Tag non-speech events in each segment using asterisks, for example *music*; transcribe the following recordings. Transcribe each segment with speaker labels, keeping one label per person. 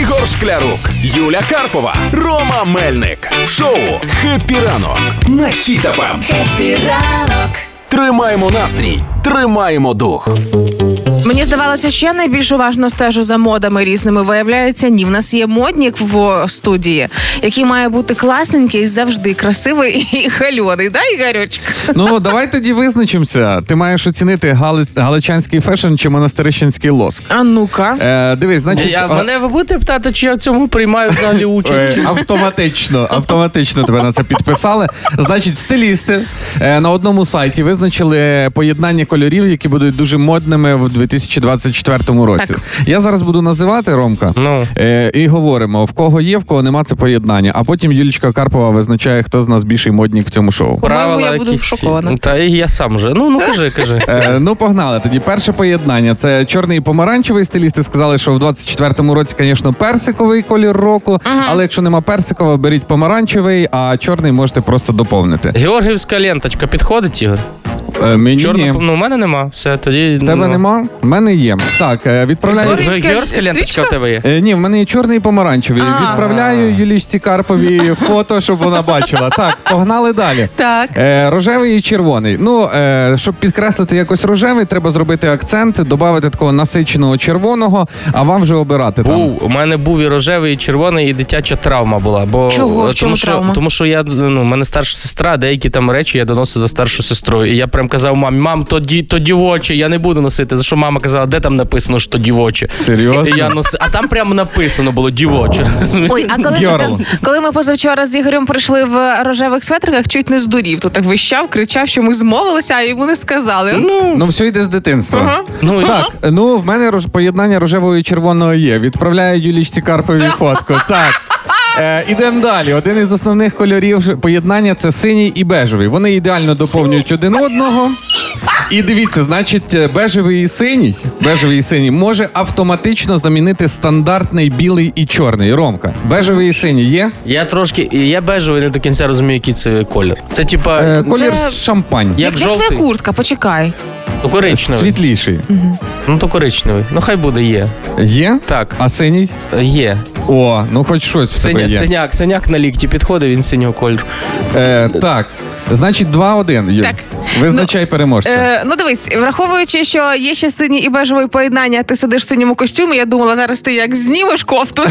Speaker 1: Ігор Шклярук, Юля Карпова, Рома Мельник. В шоу «Хеппі ранок» на Хіт-ФМ.
Speaker 2: Ранок.
Speaker 1: Тримаємо настрій, тримаємо дух.
Speaker 3: Мені здавалося, ще найбільш уважно стежу за модами різними. Виявляється, ні, в нас є моднік в студії, який має бути класненький, завжди красивий *laughs* і хальоний. Да, Ігорюч?
Speaker 4: Ну давай тоді визначимося. Ти маєш оцінити гали... галичанський фешн чи монастирищенський лоск.
Speaker 3: А ну-ка.
Speaker 4: Е, дивись, значить,
Speaker 5: Я,
Speaker 4: а-
Speaker 5: мене ви будете питати, чи я в цьому приймаю взагалі
Speaker 4: е,
Speaker 5: участь?
Speaker 4: автоматично, автоматично тебе на це підписали. Значить, стилісти е, на одному сайті визначили поєднання кольорів, які будуть дуже модними в 2024 році.
Speaker 3: Так.
Speaker 4: Я зараз буду називати Ромка
Speaker 5: Ну.
Speaker 4: е, і говоримо, в кого є, в кого нема це поєднання. А потім Юлічка Карпова визначає, хто з нас більший моднік в цьому шоу.
Speaker 3: По-моєму, я
Speaker 5: Правила
Speaker 3: буду
Speaker 5: якісь.
Speaker 3: шокована.
Speaker 5: Та і я сам вже. Ну, ну кажи, кажи.
Speaker 4: Е, ну, погнали. Тоді перше поєднання. Це чорний і помаранчевий. Стилісти сказали, що в 24-му році, звісно, персиковий колір року. Але якщо нема персикового, беріть помаранчевий, а чорний можете просто доповнити.
Speaker 5: Георгіївська ленточка підходить, Ігор?
Speaker 4: Е, мені
Speaker 5: Чорна,
Speaker 4: ні.
Speaker 5: ну, в мене нема. Все, тоді...
Speaker 4: В тебе
Speaker 5: ну.
Speaker 4: нема? В мене є. Так, е, відправляю.
Speaker 3: Георгій- Георгіївська
Speaker 5: Георгіївська ленточка в
Speaker 3: стрічка?
Speaker 5: тебе є?
Speaker 4: Е, Ні, в мене є чорний і помаранчевий.
Speaker 3: А.
Speaker 4: Відправляю Юлічці Карпові фото, щоб вона бачила. Так, погнали далі.
Speaker 3: Так.
Speaker 4: Е, рожевий і червоний. Ну, е, щоб підкреслити якось рожевий, треба зробити акцент, додати такого насиченого червоного, а вам вже обирати там.
Speaker 5: Був, у мене був і рожевий, і червоний, і дитяча травма була. Бо,
Speaker 3: Чого? В
Speaker 5: Тому,
Speaker 3: чому
Speaker 5: що,
Speaker 3: травма?
Speaker 5: тому що я, ну, в мене старша сестра, деякі там речі я доносив за старшу сестрою. І я прям казав мамі, мам, то, ді, то дівоче, я не буду носити. За що мама казала, де там написано, що то дівоче?
Speaker 4: Серйозно?
Speaker 5: І я носи... А там прямо написано було дівоче.
Speaker 3: Ой, а коли ми,
Speaker 4: Йорло.
Speaker 3: там, коли ми позавчора з Ігорем прийшли в рожевих светриках, чуть не здурів. Тут так вищав, кричав, що ми змовилися, а йому не сказали. Ну,
Speaker 4: Ну, все йде з дитинства.
Speaker 3: Ага.
Speaker 5: Ну, і
Speaker 4: Так, ну в мене рож... поєднання рожевого і червоного є. Відправляю Юлічці Карпові фотку. Так. Е, ідемо далі. Один із основних кольорів ж- поєднання це синій і бежевий. Вони ідеально доповнюють один одного. І дивіться, значить, е, бежевий і синій, бежевий і синій може автоматично замінити стандартний білий і чорний. Ромка. Бежевий і синій є.
Speaker 5: Я трошки, і я бежевий не до кінця розумію, який це колір. Це типа
Speaker 4: Е, колір
Speaker 5: це
Speaker 4: шампань.
Speaker 5: як
Speaker 3: Як, як твоя
Speaker 5: жовтий,
Speaker 3: куртка? Почекай.
Speaker 5: то коричневий.
Speaker 4: Світліший.
Speaker 5: Ну то коричневий. Ну хай буде є.
Speaker 4: Є?
Speaker 5: Так,
Speaker 4: А синій?
Speaker 5: е, є.
Speaker 4: О, ну хоч щось в тебе
Speaker 5: Синя,
Speaker 4: є.
Speaker 5: синяк, синяк на лікті підходить, він синього кольору.
Speaker 4: Е, так. Значить, 2-1. Юль.
Speaker 3: Так.
Speaker 4: Визначай переможця.
Speaker 3: Е, ну дивись, враховуючи, що є ще синій і бежевий поєднання, а ти сидиш в синьому костюмі, я думала, зараз ти як знімеш кофту.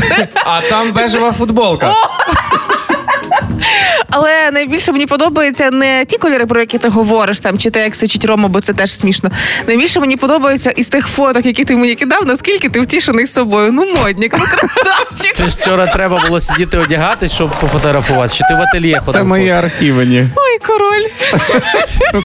Speaker 4: А там бежева футболка.
Speaker 3: Але найбільше мені подобаються не ті кольори, про які ти говориш, там чи те, як сичить Рома, бо це теж смішно. Найбільше мені подобається із тих фоток, які ти мені кидав, наскільки ти втішений собою. Ну, моднік, ну красавчик.
Speaker 5: Це ж вчора треба було сидіти одягатись, щоб пофотографувати. Чи ти в ательє ходив?
Speaker 4: Це мої архівені.
Speaker 3: Ой, король.
Speaker 4: Ну,